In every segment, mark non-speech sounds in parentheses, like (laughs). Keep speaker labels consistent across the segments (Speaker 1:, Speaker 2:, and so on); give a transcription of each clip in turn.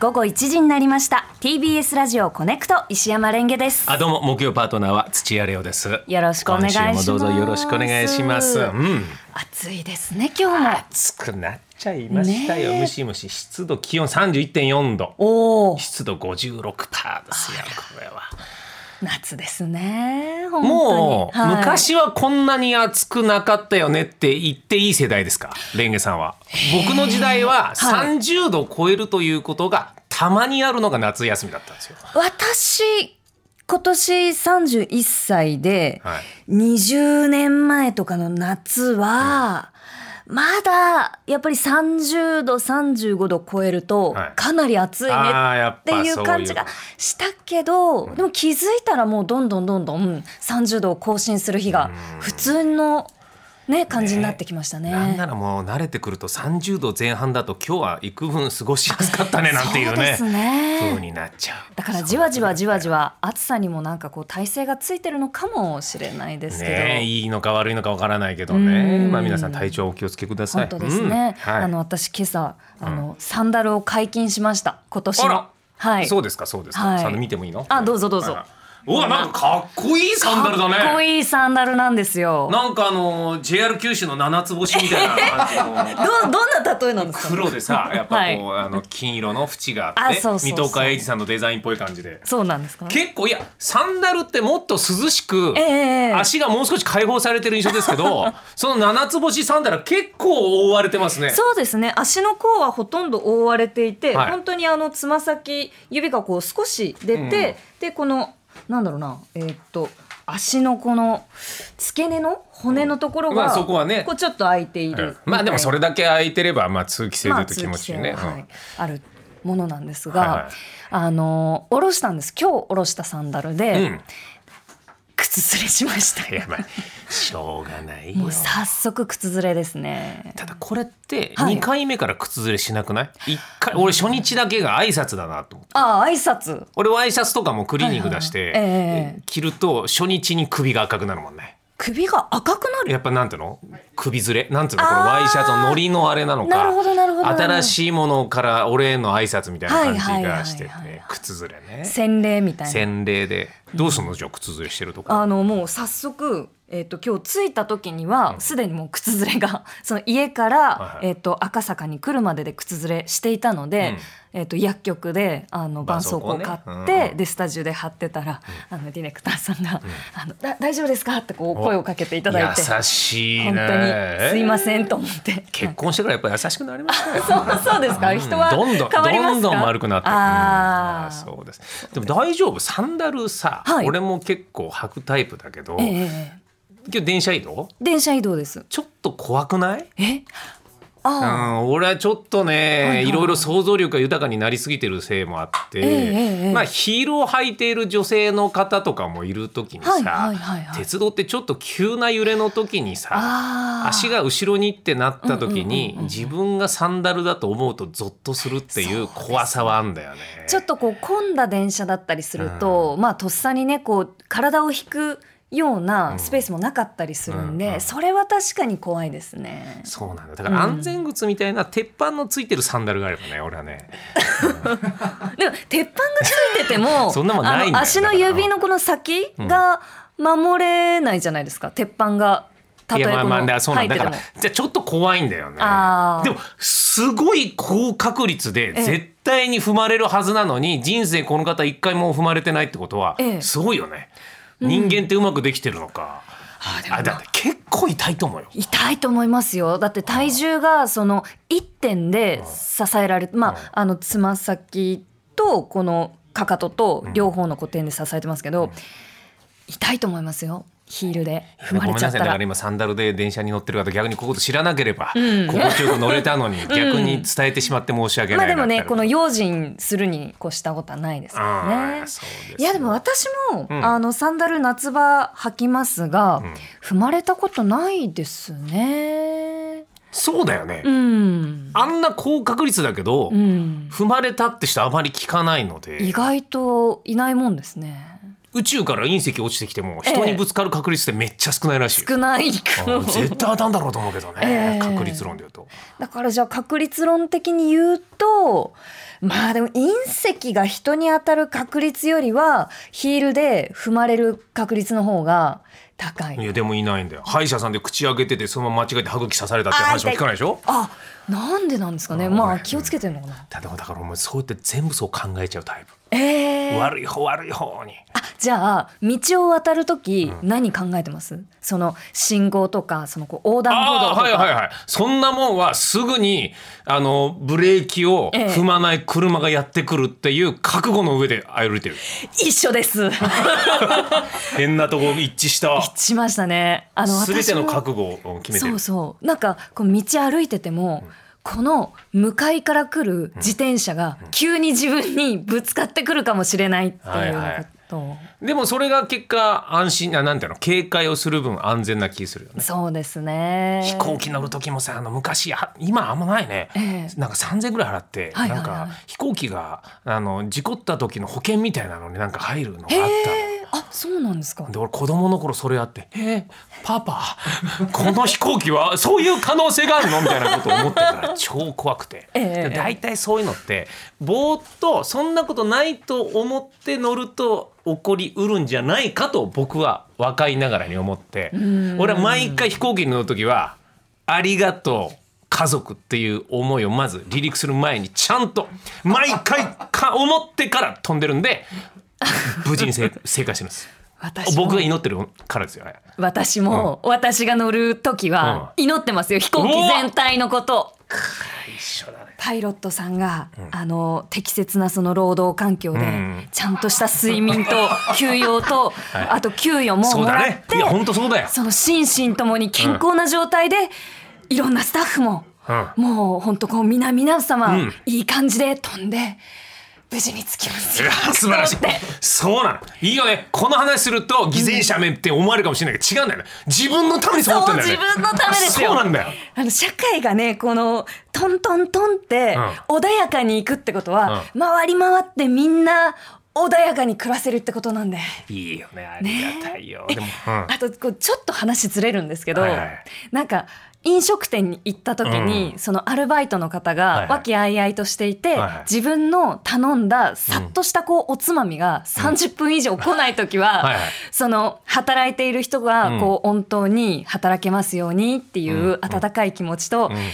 Speaker 1: 午後1時になりました TBS ラジオコネクト石山レンゲです
Speaker 2: あどうも木曜パートナーは土屋レオです
Speaker 1: よろしくお願いします
Speaker 2: 今週もどうぞよろしくお願いしますうん
Speaker 1: 暑いですね今日も
Speaker 2: 暑くなっちゃいましたよ、
Speaker 1: ねえ
Speaker 2: ムシムシ湿度気温31.4度
Speaker 1: おお
Speaker 2: 湿度56%ですよこれは
Speaker 1: 夏ですね本当に
Speaker 2: もう、
Speaker 1: はい
Speaker 2: 昔はこんなに暑くなかったよねって言っていい世代ですかレンゲさんは僕の時代は
Speaker 1: はい
Speaker 2: 30度超えるということがたまにあるのが夏休みだったんですよ、
Speaker 1: 私今年31歳で、
Speaker 2: はい
Speaker 1: 20年前とかの夏は、まだやっぱり30度35度超えると
Speaker 2: はい
Speaker 1: かなり暑いね
Speaker 2: あーやっ
Speaker 1: って
Speaker 2: ぱ
Speaker 1: い
Speaker 2: そうう
Speaker 1: 感じがしたけどでも気づいたらもうどんどんどんどん30度を更新する日が普通の、ね、感じになってきましたね。
Speaker 2: なんならもう慣れてくると30度前半だと今日は幾分過ごしやす
Speaker 1: (laughs)
Speaker 2: かったねなんていう
Speaker 1: そうで
Speaker 2: ね
Speaker 1: すね
Speaker 2: 風になっちゃう
Speaker 1: だからじわじわじわじわ暑さにもなんかこう耐性がついてるのかもしれないですけど、
Speaker 2: ねえいいのか悪いのかわからないけどね
Speaker 1: うん
Speaker 2: まあ皆さん体調お気をつけください
Speaker 1: 本当ですね、
Speaker 2: うんはい
Speaker 1: あの私今朝あの、サンダルを解禁しました今年
Speaker 2: あ
Speaker 1: の
Speaker 2: ら
Speaker 1: はい
Speaker 2: そうですかそうですか、
Speaker 1: はい
Speaker 2: サンダル見てもいいの
Speaker 1: あどうぞどうぞ
Speaker 2: あらうわなんかかっこいいサンダルだね
Speaker 1: かっこいいサンダルなんですよ
Speaker 2: なんかあの JR 九州の七つ星みたい
Speaker 1: (laughs)
Speaker 2: な感じの
Speaker 1: どどんな例えなんですか
Speaker 2: 黒でさやっぱこう、あの金色の縁があっ
Speaker 1: あ
Speaker 2: て
Speaker 1: そうそうそう
Speaker 2: 水戸岡鋭治さんのデザインっぽい感じで
Speaker 1: そうなんですか
Speaker 2: 結構いやサンダルってもっと涼しく、
Speaker 1: ええええ
Speaker 2: 足がもう少し解放されてる印象ですけ
Speaker 1: (laughs)
Speaker 2: どその七つ星サンダルは結構覆われてますね。
Speaker 1: そうですね足の甲はほとんど覆われていて、
Speaker 2: はい
Speaker 1: 本当にあのつま先指がこう少し出て、
Speaker 2: うん
Speaker 1: でこのなんだろうなえーっと足のこの付け根の骨のところが、
Speaker 2: うんまあそこはね
Speaker 1: こうちょっと空いているみたいな、
Speaker 2: まあでもそれだけ空いてればまあ通気性
Speaker 1: ま
Speaker 2: で
Speaker 1: あ
Speaker 2: と気持ちいいね。
Speaker 1: 通気性ははい
Speaker 2: うん
Speaker 1: あるものなんですが、
Speaker 2: はいはい
Speaker 1: あのー下ろしたんです今日下ろしたサンダルで、
Speaker 2: うん
Speaker 1: 靴擦れしました
Speaker 2: やばいしょうがない
Speaker 1: も
Speaker 2: よ
Speaker 1: う。早速靴擦れですね
Speaker 2: ただこれって
Speaker 1: はい
Speaker 2: 2回目から靴ずれしなくない、一回俺初日だけが挨拶だなと思って
Speaker 1: ああ挨拶
Speaker 2: 俺ワイシャツとかもクリーニング出して、
Speaker 1: はいはいはいええ
Speaker 2: 着ると初日に首が赤くなるもんね。
Speaker 1: 首が赤くなる
Speaker 2: やっぱなんていうの首ずれなんていうのこ
Speaker 1: あ
Speaker 2: の
Speaker 1: ー
Speaker 2: ワイシャツのノリのあれなのか
Speaker 1: なるほどなるほど
Speaker 2: 新しいものから俺への挨拶みたいな感じがしてて
Speaker 1: はいはいはいはい
Speaker 2: 靴ずれね
Speaker 1: 洗礼みたいな
Speaker 2: 洗礼でどうすんのじゃあ靴ずれしてるとこ
Speaker 1: あのもう早速、えっと今日着いた時にはすでにもう靴ずれが (laughs) その家から、
Speaker 2: はい
Speaker 1: えっと赤坂に来るまでで靴ずれしていたので、えっと薬局であの
Speaker 2: 絆
Speaker 1: 絆
Speaker 2: 創
Speaker 1: 創
Speaker 2: 膏
Speaker 1: 膏
Speaker 2: ね
Speaker 1: 買っ
Speaker 2: う
Speaker 1: て、
Speaker 2: んうん
Speaker 1: でスタジオで貼ってたら、あのディレクターさんが「あのだ大丈夫ですか?」ってこう
Speaker 2: お
Speaker 1: 声をかけていただいて
Speaker 2: 優しいね
Speaker 1: 本当にすいませんと思って。
Speaker 2: 結婚してからやっぱ優しくなりましたよ
Speaker 1: (laughs) そうそうですか、
Speaker 2: うん
Speaker 1: 人は変
Speaker 2: ど
Speaker 1: わ
Speaker 2: ん
Speaker 1: り
Speaker 2: どん
Speaker 1: ますか
Speaker 2: どんどん丸くなってるうん
Speaker 1: あ
Speaker 2: あー
Speaker 1: ー
Speaker 2: そうですでも大丈夫サンダルさ、
Speaker 1: はい
Speaker 2: 俺も結構履くタイプだけど、
Speaker 1: ええええ
Speaker 2: 今日電車移動
Speaker 1: 電車移動です
Speaker 2: ちょっと怖くない
Speaker 1: え
Speaker 2: う
Speaker 1: ああ、
Speaker 2: ん、俺はちょっとね、
Speaker 1: はい
Speaker 2: い
Speaker 1: はい
Speaker 2: ろいろ想像力が豊かになりすぎてるせいもあって、
Speaker 1: ええええ
Speaker 2: まあ、ヒールを履いている女性の方とかもいる時にさ、
Speaker 1: はいはいはいはい
Speaker 2: 鉄道ってちょっと急な揺れの時にさ
Speaker 1: あー
Speaker 2: 足が後ろにってなった時に、
Speaker 1: うんうんうんうん
Speaker 2: 自分がサンダルだと思うとゾッとするっていう怖さはあんだよね。
Speaker 1: ちょっとこう混んだ電車だったりすると、まあとっさにねこう体を引くようなスペースもなかったりするんで、
Speaker 2: うんうん
Speaker 1: それは確かに怖いですね。
Speaker 2: そうなんだだから安全靴みたいな鉄板のついてるサンダルがあればね俺はね
Speaker 1: でも鉄板がついてて
Speaker 2: (laughs)
Speaker 1: も
Speaker 2: そんなもんないんだよ
Speaker 1: あの足の指のこの先が守れないじゃないですか、鉄板が
Speaker 2: い
Speaker 1: 例え
Speaker 2: やま
Speaker 1: ば
Speaker 2: あまあだからそうなんだだか
Speaker 1: も。
Speaker 2: らじゃあちょっと怖いんだよね
Speaker 1: あー
Speaker 2: でもすごい高確率で
Speaker 1: ええ
Speaker 2: 絶対に踏まれるはずなのに人生この方一回も踏まれてないってことは
Speaker 1: ええ
Speaker 2: すごいよね、人間ってうまくできてるのか、
Speaker 1: でも
Speaker 2: あだって結構痛いと思うよ
Speaker 1: 痛いと思いますよだって体重がその1点で支えられてまああのつま先とこのかかとと両方の固点で支えてますけど、痛いと思いますよヒールで踏
Speaker 2: ご
Speaker 1: ま
Speaker 2: めん
Speaker 1: れ
Speaker 2: な
Speaker 1: ちゃっ
Speaker 2: さいだ
Speaker 1: たら
Speaker 2: から今サンダルで電車に乗ってる方逆にこういうこと知らなければ、
Speaker 1: ん
Speaker 2: 心地よく乗れた
Speaker 1: (laughs)
Speaker 2: のに逆に伝えてしまって申し訳
Speaker 1: ま
Speaker 2: な
Speaker 1: あ
Speaker 2: いな
Speaker 1: で
Speaker 2: って
Speaker 1: もねこの
Speaker 2: ね
Speaker 1: 用心するに越したことはないですからねいやでも私も、
Speaker 2: うん
Speaker 1: あのサンダル夏場履きますが、
Speaker 2: ん
Speaker 1: 踏まれたことないですね
Speaker 2: そうだよね、
Speaker 1: うん、
Speaker 2: あんな高確率だけど、
Speaker 1: うん、
Speaker 2: 踏まれたって人あまり聞かないので
Speaker 1: 意外といないもんですね
Speaker 2: 宇宙から隕石落ちてきても人にぶつかる確率ってめっちゃ少ないらしいよ、
Speaker 1: 少ない
Speaker 2: あー絶対当たんだろうと思うけどね、
Speaker 1: ええ
Speaker 2: 確率論で言うと
Speaker 1: だからじゃあ確率論的に言うとまあでも隕石が人に当たる確率よりはヒールで踏まれる確率の方が高
Speaker 2: い
Speaker 1: い。
Speaker 2: やでもいないんだよ歯医者さんで口開けててそのまま間違えて歯茎刺されたっていう話も聞かないでしょ
Speaker 1: あなんでなんですかね
Speaker 2: うん
Speaker 1: まあ気をつけてるのかな。
Speaker 2: だってだからお前そうやって全部そう考えちゃうタイプ、
Speaker 1: えー、あ
Speaker 2: 悪い方悪い方に
Speaker 1: じゃあ道を渡る時何考えてます、その信号とかそのこう横断歩
Speaker 2: あ
Speaker 1: 道
Speaker 2: あ
Speaker 1: とか。
Speaker 2: はいはいはいそんなもんはすぐにあのブレーキを
Speaker 1: ええ
Speaker 2: 踏まない車がやってくるっていう覚悟の上で歩いてる、
Speaker 1: 一緒
Speaker 2: (laughs)
Speaker 1: です。
Speaker 2: 変なとこ一致した
Speaker 1: しましたね。あの
Speaker 2: 全ての
Speaker 1: 私も
Speaker 2: 覚悟を決めて
Speaker 1: そ
Speaker 2: る
Speaker 1: うそうなんかこう道歩いてても、この向かいから来る自転車が急に自分にぶつかってくるかもしれないって
Speaker 2: はいいう
Speaker 1: よう
Speaker 2: はい
Speaker 1: なことを、
Speaker 2: でもそれが結果安心あなんていうの警戒をする分安全な気するよね
Speaker 1: そうですね
Speaker 2: 飛行機乗る時もさあの昔あ今あんまないね、
Speaker 1: ええ
Speaker 2: なんか3,000ぐらい払って、
Speaker 1: はいはいはい
Speaker 2: なんか飛行機があの事故った時の保険みたいなのになんか入るのがあった
Speaker 1: へ
Speaker 2: の。
Speaker 1: えあそうなんですか
Speaker 2: で俺子供の頃それやって「えーパパこの飛行機はそういう可能性があるの?」みたいなことを思ってたら超怖くて、
Speaker 1: ええ
Speaker 2: で大体そういうのってぼーっとそんなことないと思って乗ると起こりうるんじゃないかと僕は若いながらに思って
Speaker 1: ん
Speaker 2: 俺は毎回飛行機に乗る時は「ありがとう」家族っていう思いをまず離陸する前にちゃんと毎回か思ってから飛んでる
Speaker 1: (laughs)
Speaker 2: んで無事にせ (laughs) 正解してます。
Speaker 1: 私も
Speaker 2: 僕が祈ってるからですよね。
Speaker 1: 私も、私が乗る時は祈ってますよ飛行機全体のこと
Speaker 2: 一緒だね。
Speaker 1: パイロットさんが、あの適切なその労働環境で、
Speaker 2: ん
Speaker 1: ちゃんとした睡眠と休養
Speaker 2: (laughs)
Speaker 1: と、
Speaker 2: い
Speaker 1: あと給与も
Speaker 2: そう
Speaker 1: も
Speaker 2: だ
Speaker 1: らっ
Speaker 2: ね。
Speaker 1: て
Speaker 2: いや本当そうだよ。
Speaker 1: その心身ともに健康な状態で、いろんなスタッフも、
Speaker 2: う
Speaker 1: もう本当こう皆皆様、
Speaker 2: うん
Speaker 1: いい感じで飛んで無事に着きます
Speaker 2: いや素晴らしい
Speaker 1: そうって。
Speaker 2: そうなの。いいよね。この話すると偽善者めって思われるかもしれないけど違うんだよね。自分のためにそう思ってんだよね。
Speaker 1: そう自分のためですよ
Speaker 2: そうなんだよ。
Speaker 1: (laughs) あの社会がねこのトントントンって穏やかにいくってことは、回り回ってみんな穏やかに暮らせるってことなんで。
Speaker 2: いいよね。ありがたいよ。でも、うん
Speaker 1: あとこうちょっと話ずれるんですけど、
Speaker 2: はいはい
Speaker 1: なんか飲食店に行った時に、そのアルバイトの方
Speaker 2: はいは
Speaker 1: が
Speaker 2: い
Speaker 1: 和気あいあいとしていて、
Speaker 2: はいはい
Speaker 1: 自分の頼んださっとしたこうおつまみが30分以上来ない時は、
Speaker 2: はいはい
Speaker 1: その働いている人
Speaker 2: うん
Speaker 1: がこう、本当に働けますようにってい
Speaker 2: うん
Speaker 1: う温かい気持ちと、
Speaker 2: う
Speaker 1: あ
Speaker 2: ん
Speaker 1: ー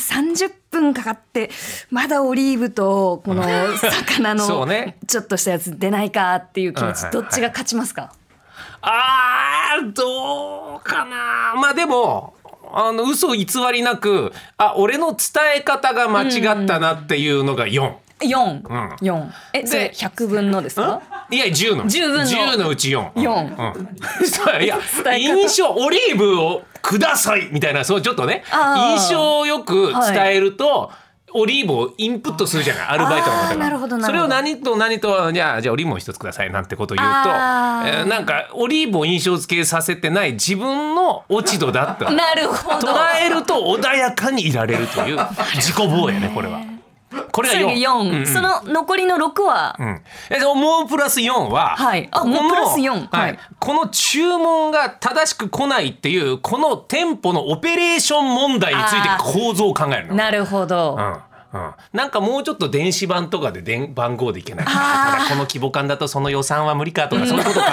Speaker 1: 30分かかってまだオリーブとこの魚
Speaker 2: そう
Speaker 1: の
Speaker 2: ね
Speaker 1: ちょっとしたやつ出ないかっていう気持
Speaker 2: はいはいは
Speaker 1: ち
Speaker 2: い
Speaker 1: どっちが勝ちますか、
Speaker 2: あーどうかなまあでもあの嘘偽りなくあ俺の伝え方が間違ったなっていうのが4。
Speaker 1: 四
Speaker 2: ん
Speaker 1: 四えそれ100分のですか
Speaker 2: いや10の
Speaker 1: 10分の
Speaker 2: 10のうち4
Speaker 1: 四
Speaker 2: うんそういや
Speaker 1: 伝え方
Speaker 2: 印象オリーブをくださいみたいなそうちょっとね
Speaker 1: あー
Speaker 2: 印象をよく伝えると、オリーブをインプットするじゃないアルバイトの
Speaker 1: あ
Speaker 2: 方
Speaker 1: ー
Speaker 2: が
Speaker 1: なるほどなるほど
Speaker 2: それを何と何とじゃあじゃあオリーブも一つくださいなんてことを言うと、え
Speaker 1: あー
Speaker 2: ーなんかオリーブを印象付けさせてない自分の落ち度だった
Speaker 1: なるほど
Speaker 2: 捉えると穏やかにいられるという自己防衛ねこれは。これ
Speaker 1: そ
Speaker 2: が
Speaker 1: れが
Speaker 2: 4。
Speaker 1: 四、その残りの六は、
Speaker 2: うん、えでももうプラス4は、
Speaker 1: はいあ
Speaker 2: ここの
Speaker 1: もうプラス4
Speaker 2: は
Speaker 1: はいい、
Speaker 2: この注文が正しく来ないっていうこの店舗のオペレーション問題について
Speaker 1: あー
Speaker 2: 構造を考えるの。
Speaker 1: なるほど、
Speaker 2: うんうん、なんかもうちょっと電子版とかで電番号でいけないか
Speaker 1: あ
Speaker 2: な
Speaker 1: ー
Speaker 2: ただこの規模感だとその予算は無理かとかそういうことを考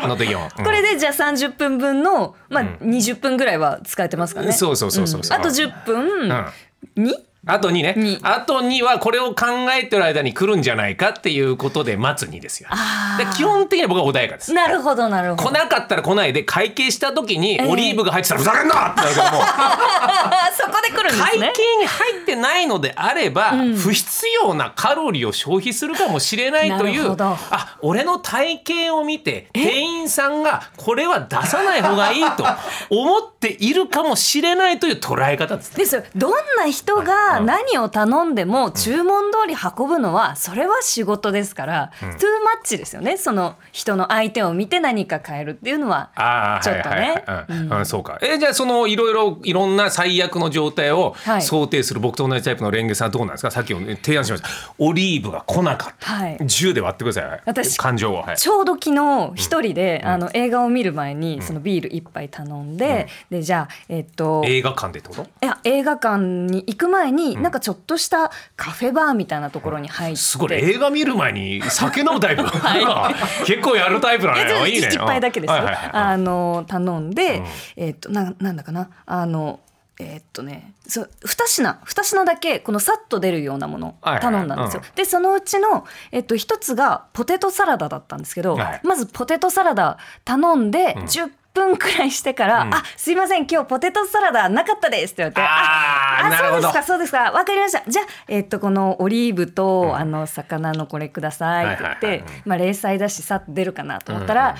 Speaker 1: (laughs)
Speaker 2: るので4、うん
Speaker 1: これでじゃあ30分分の、まあ、20分ぐらいは使えてますかね、
Speaker 2: そうそうそうそうそう
Speaker 1: あと10分
Speaker 2: うん
Speaker 1: に、
Speaker 2: あと2ね
Speaker 1: 二
Speaker 2: あと2はこれを考えてる間に来るんじゃないかっていうことで待つ2ですよ
Speaker 1: あ
Speaker 2: で
Speaker 1: ー
Speaker 2: 基本的には僕は穏やかです
Speaker 1: なるほどなるほ
Speaker 2: 来
Speaker 1: ど
Speaker 2: なかったら来ないで会計した時に
Speaker 1: え
Speaker 2: オリーブが入ってたらふざけんなってなる
Speaker 1: (laughs)
Speaker 2: からもう
Speaker 1: あ (laughs) そこで来るんです
Speaker 2: 会計
Speaker 1: ね
Speaker 2: に入ってないのであれば不必要なカロリーを消費するかもしれないとい
Speaker 1: なる
Speaker 2: う
Speaker 1: ほど
Speaker 2: あ俺の体型を見て店員さんがこれは出さない方がいいと思っているかもしれないという捉え方ですね。
Speaker 1: ですよどんな人が何を頼んでも注文通り運ぶのはそれは仕事ですから、トゥーマッチですよねその人の相手を見て何か変えるっていうのは
Speaker 2: ああ
Speaker 1: ちょっとね
Speaker 2: はいはいはいうんうんそうかえじゃあそのいろいろいろんな最悪の状態を
Speaker 1: はい
Speaker 2: 想定する僕と同じタイプのレンゲさんはどうなんですかさっきも提案しましたオリーブが来なかった、
Speaker 1: はい
Speaker 2: 10で割ってください
Speaker 1: 私
Speaker 2: 感情を、はい、
Speaker 1: ちょうど昨日一人で、あの映画を見る前にそのビール一杯頼んで、でじゃあえっと、
Speaker 2: 映画館でってこと
Speaker 1: いや映画館に行く前に、なんかちょっとしたカフェバーみたいなところに入って。
Speaker 2: すごい映画見る前に酒飲
Speaker 1: (laughs)
Speaker 2: むタイプ、 (laughs) 結構やるタイプだ
Speaker 1: いやちょっと
Speaker 2: ねいいね
Speaker 1: 一杯だけですよ。
Speaker 2: はいはいはい
Speaker 1: あの頼んで、
Speaker 2: うん
Speaker 1: えっとななんだかなあのえっとねそう二品二品だけこのさっと出るようなもの
Speaker 2: はいはい
Speaker 1: 頼んだんですよ。
Speaker 2: う
Speaker 1: でそのうちのえっと一つがポテトサラダだったんですけど、
Speaker 2: はい
Speaker 1: まずポテトサラダ頼んで
Speaker 2: ん
Speaker 1: 10分くらいしてから、
Speaker 2: うん
Speaker 1: あすいません今日ポテトサラダなかったですって言われて、
Speaker 2: あー
Speaker 1: あ
Speaker 2: なる
Speaker 1: そう
Speaker 2: ほ
Speaker 1: で
Speaker 2: ど
Speaker 1: すかそうですかわかりましたじゃあえっとこのオリーブと、あの魚のこれくださいって言って、
Speaker 2: はいはいは
Speaker 1: (laughs)
Speaker 2: い
Speaker 1: まあ零細だしさっと出るかなと思ったら、
Speaker 2: うんうん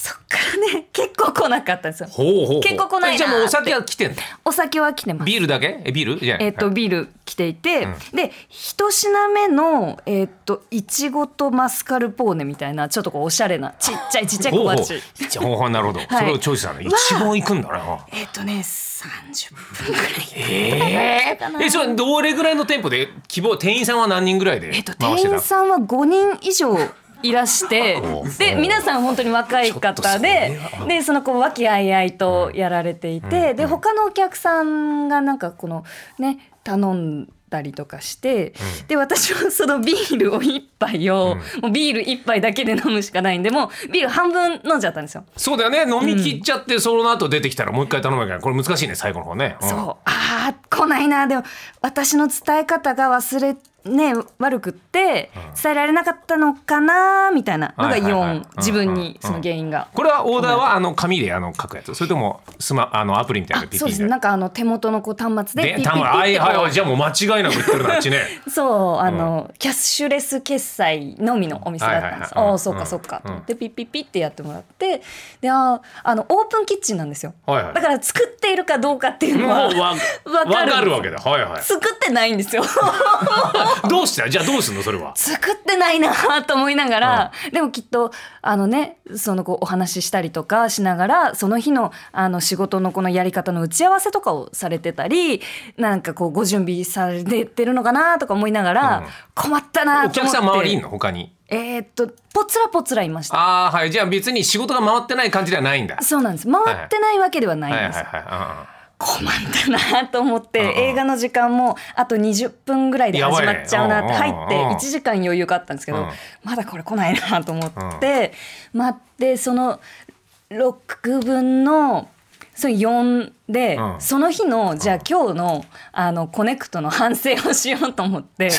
Speaker 1: そっからね (laughs) 結構来なかったんですよ
Speaker 2: ほうほうほう
Speaker 1: 結構来ないな
Speaker 2: じゃあもうお酒は来てんだ
Speaker 1: お酒は来てます
Speaker 2: ビールだけえビールじゃあ
Speaker 1: えっと
Speaker 2: はい
Speaker 1: ビール来ていて、で一品目のえっといちごとマスカルポーネみたいなちょっとこうおしゃれなちっちゃいちっちゃい
Speaker 2: ほ
Speaker 1: 小
Speaker 2: うほう
Speaker 1: 鉢
Speaker 2: じゃあほうほうなるほど、それをチョイスしたの一番行くんだな
Speaker 1: えっとね30分ぐらい
Speaker 2: えええそれどれぐらいの店舗で希望店員さんは何人ぐらいで
Speaker 1: えっと、
Speaker 2: 回
Speaker 1: 店
Speaker 2: してた、
Speaker 1: 員さんは5人以上いらして
Speaker 2: (laughs) おう
Speaker 1: で
Speaker 2: おう
Speaker 1: 皆さん本当に若い方で
Speaker 2: ちょっとそれは
Speaker 1: でそのこう和気あいあいとやられていて、で他のお客さんがなんかこのね頼んだりとかして、で私はそのビールを一杯を、もうビール一杯だけで飲むしかないんでもうビール半分飲んじゃったんですよ。
Speaker 2: そうだよね飲み切っちゃって、その後出てきたらもう一回頼むわけないこれ難しいね最後の方ね、うん
Speaker 1: そうあー来ないなでも私の伝え方が忘れね悪くって伝えられなかったのかなみたいなのが
Speaker 2: はいはいはい
Speaker 1: 4自分にその原因が。
Speaker 2: これはオーダーはあの紙であの書くやつそれともスマあのアプリみたいな
Speaker 1: あ
Speaker 2: の
Speaker 1: そうですね
Speaker 2: で
Speaker 1: なんかあの手元のこう端末で
Speaker 2: で
Speaker 1: ピッピ
Speaker 2: たま
Speaker 1: ッ
Speaker 2: は
Speaker 1: ピッ
Speaker 2: い
Speaker 1: て
Speaker 2: はい
Speaker 1: こ
Speaker 2: はいじゃあもう間違いなく言ってるなあっちね
Speaker 1: (laughs) うそうあのキャッシュレス決済のみのお店だったんです
Speaker 2: はい
Speaker 1: あ
Speaker 2: はいはいう
Speaker 1: あ
Speaker 2: ん
Speaker 1: そうかそうかと思っ
Speaker 2: う
Speaker 1: てピッピッピッってやってもらってであーあのオープンキッチンなんですよ
Speaker 2: はい
Speaker 1: だ
Speaker 2: はい
Speaker 1: から作っているかどうかっていうの
Speaker 2: もうわ
Speaker 1: はわ
Speaker 2: わ
Speaker 1: かる
Speaker 2: かるわけだはいは
Speaker 1: 作ってないんですよ
Speaker 2: いどうしたじゃあどうすんのそれは
Speaker 1: 作ってないなと思いながら、でもきっとあのねそのこうお話ししたりとかしながらその日のあの仕事のこのやり方の打ち合わせとかをされてたりなんかこうご準備されてるのかなとか思いながら、
Speaker 2: うん
Speaker 1: 困ったな
Speaker 2: お
Speaker 1: と
Speaker 2: 客
Speaker 1: 思って
Speaker 2: さん周りいんの他に
Speaker 1: えーっとぽつらぽつらいました
Speaker 2: ああはいじゃあ別に仕事が回ってない感じではないんだ
Speaker 1: そうなんです回ってないわけではないん
Speaker 2: はい
Speaker 1: です、
Speaker 2: はいはい
Speaker 1: 困ったなと思って、
Speaker 2: うんうん
Speaker 1: 映画の時間もあと20分ぐらいで始まっちゃうなって
Speaker 2: やばい
Speaker 1: 入
Speaker 2: ね
Speaker 1: って
Speaker 2: うんうんうん
Speaker 1: 1時間余裕があったんですけど、
Speaker 2: うん
Speaker 1: まだこれ来ないなと思って、待ってその6分のその4で、
Speaker 2: うん
Speaker 1: その日のじゃあ今日のあのコネクトの反省をしようと思
Speaker 2: (laughs)
Speaker 1: って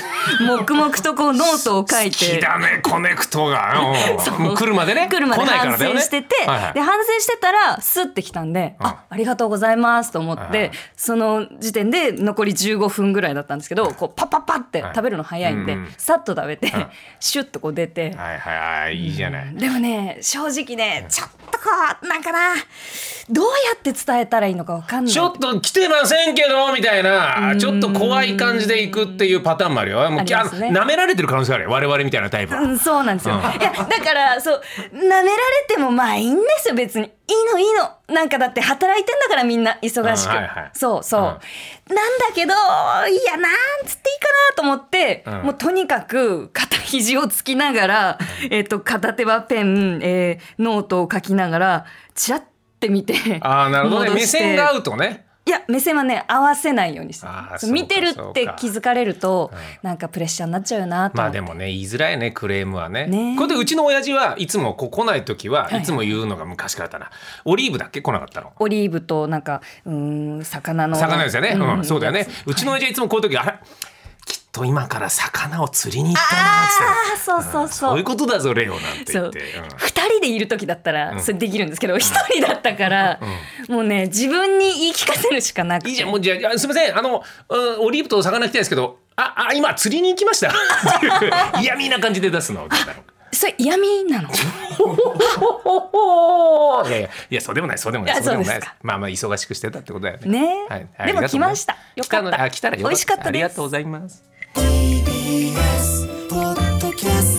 Speaker 1: 黙々とこうノートを書い
Speaker 2: うん
Speaker 1: て
Speaker 2: 火。だねコネクトが
Speaker 1: そう
Speaker 2: うんもう来るまでね
Speaker 1: 来るまで
Speaker 2: 来ないか
Speaker 1: 反
Speaker 2: らだよ
Speaker 1: 省
Speaker 2: ね
Speaker 1: してて、
Speaker 2: はいはい
Speaker 1: で反省してたらスッて来たんで、
Speaker 2: うん
Speaker 1: あありがとうございますと思って、
Speaker 2: はいはい
Speaker 1: その時点で残り15分ぐらいだったんですけどこうパッパッパッって
Speaker 2: はい
Speaker 1: 食べるの早いんで、
Speaker 2: うんうん
Speaker 1: さっと食べて、
Speaker 2: ん
Speaker 1: シュッとこう出て、
Speaker 2: はいはいはいいいじゃない
Speaker 1: でもね正直ねちょっとこうなんかなどうやって伝えたらいいのかわかんない
Speaker 2: ちょっと来てませんけどみたいなちょっと怖い感じで行くっていうパターンもあるよもう
Speaker 1: ありますね
Speaker 2: あの舐められてる可能性あるよ我々みたいなタイプは
Speaker 1: うん、そうなんですよ。いや、だから、そう、舐められてもまあいいんですよ、別に。いいの、いいの。なんかだって働いてんだからみんな、忙しく。
Speaker 2: うんはいはい
Speaker 1: そうそう。
Speaker 2: うん
Speaker 1: なんだけど、いや、なんつっていいかなと思って、
Speaker 2: うん
Speaker 1: もうとにかく肩肘をつきながら、えっ、と、片手はペン、えーノートを書きながら、チラって見て。
Speaker 2: ああなるほどね
Speaker 1: 戻
Speaker 2: 目
Speaker 1: して
Speaker 2: 線が合うとね
Speaker 1: いや目線はね合わせないようにして
Speaker 2: あー
Speaker 1: そ
Speaker 2: そううか
Speaker 1: 見てるって気づかれると、なんかプレッシャーになっちゃうよなと
Speaker 2: ま
Speaker 1: 思
Speaker 2: あ
Speaker 1: って、
Speaker 2: でもね言いづらいねクレームはね。
Speaker 1: ね
Speaker 2: これでうちの親父はいつもこう来ない時は
Speaker 1: はい
Speaker 2: いつも言うのが昔からだったな、オリーブだっけ来なかったの
Speaker 1: オリーブとなんかうーん魚の
Speaker 2: 魚ですよね、うんそうだよね
Speaker 1: やつ
Speaker 2: うちの親父はいつもこういう時あれきっと今から魚を釣りに行ったなーっつって
Speaker 1: ああそうそう
Speaker 2: そう
Speaker 1: そ
Speaker 2: いううことだぞレオなんて
Speaker 1: そ
Speaker 2: 言
Speaker 1: う
Speaker 2: って。うん
Speaker 1: 二人でいる時だったらそれできるんですけど一人だったからもうね自分に言い聞かせるしかなくて
Speaker 2: いいじゃんもうじゃああすみませんあの、うんオリーブと魚来てるんですけどああ今釣りに行きました (laughs) っていう嫌味な感じで出すのどうだろう
Speaker 1: それ嫌味なの (laughs)
Speaker 2: いやいやいやそうでもないそうでもない
Speaker 1: あ
Speaker 2: そうでも
Speaker 1: そう
Speaker 2: な
Speaker 1: で
Speaker 2: い
Speaker 1: すか
Speaker 2: まあまあ忙しくしてたってことだよね
Speaker 1: ね
Speaker 2: はい
Speaker 1: えでも来ました
Speaker 2: あり
Speaker 1: よ
Speaker 2: が
Speaker 1: かっ
Speaker 2: とうね来たの
Speaker 1: た
Speaker 2: あ来たらよ
Speaker 1: 美
Speaker 2: かった
Speaker 1: 味しかった
Speaker 2: あり
Speaker 1: で
Speaker 2: が
Speaker 1: す
Speaker 2: とうございます
Speaker 3: TBS ポッドキャスト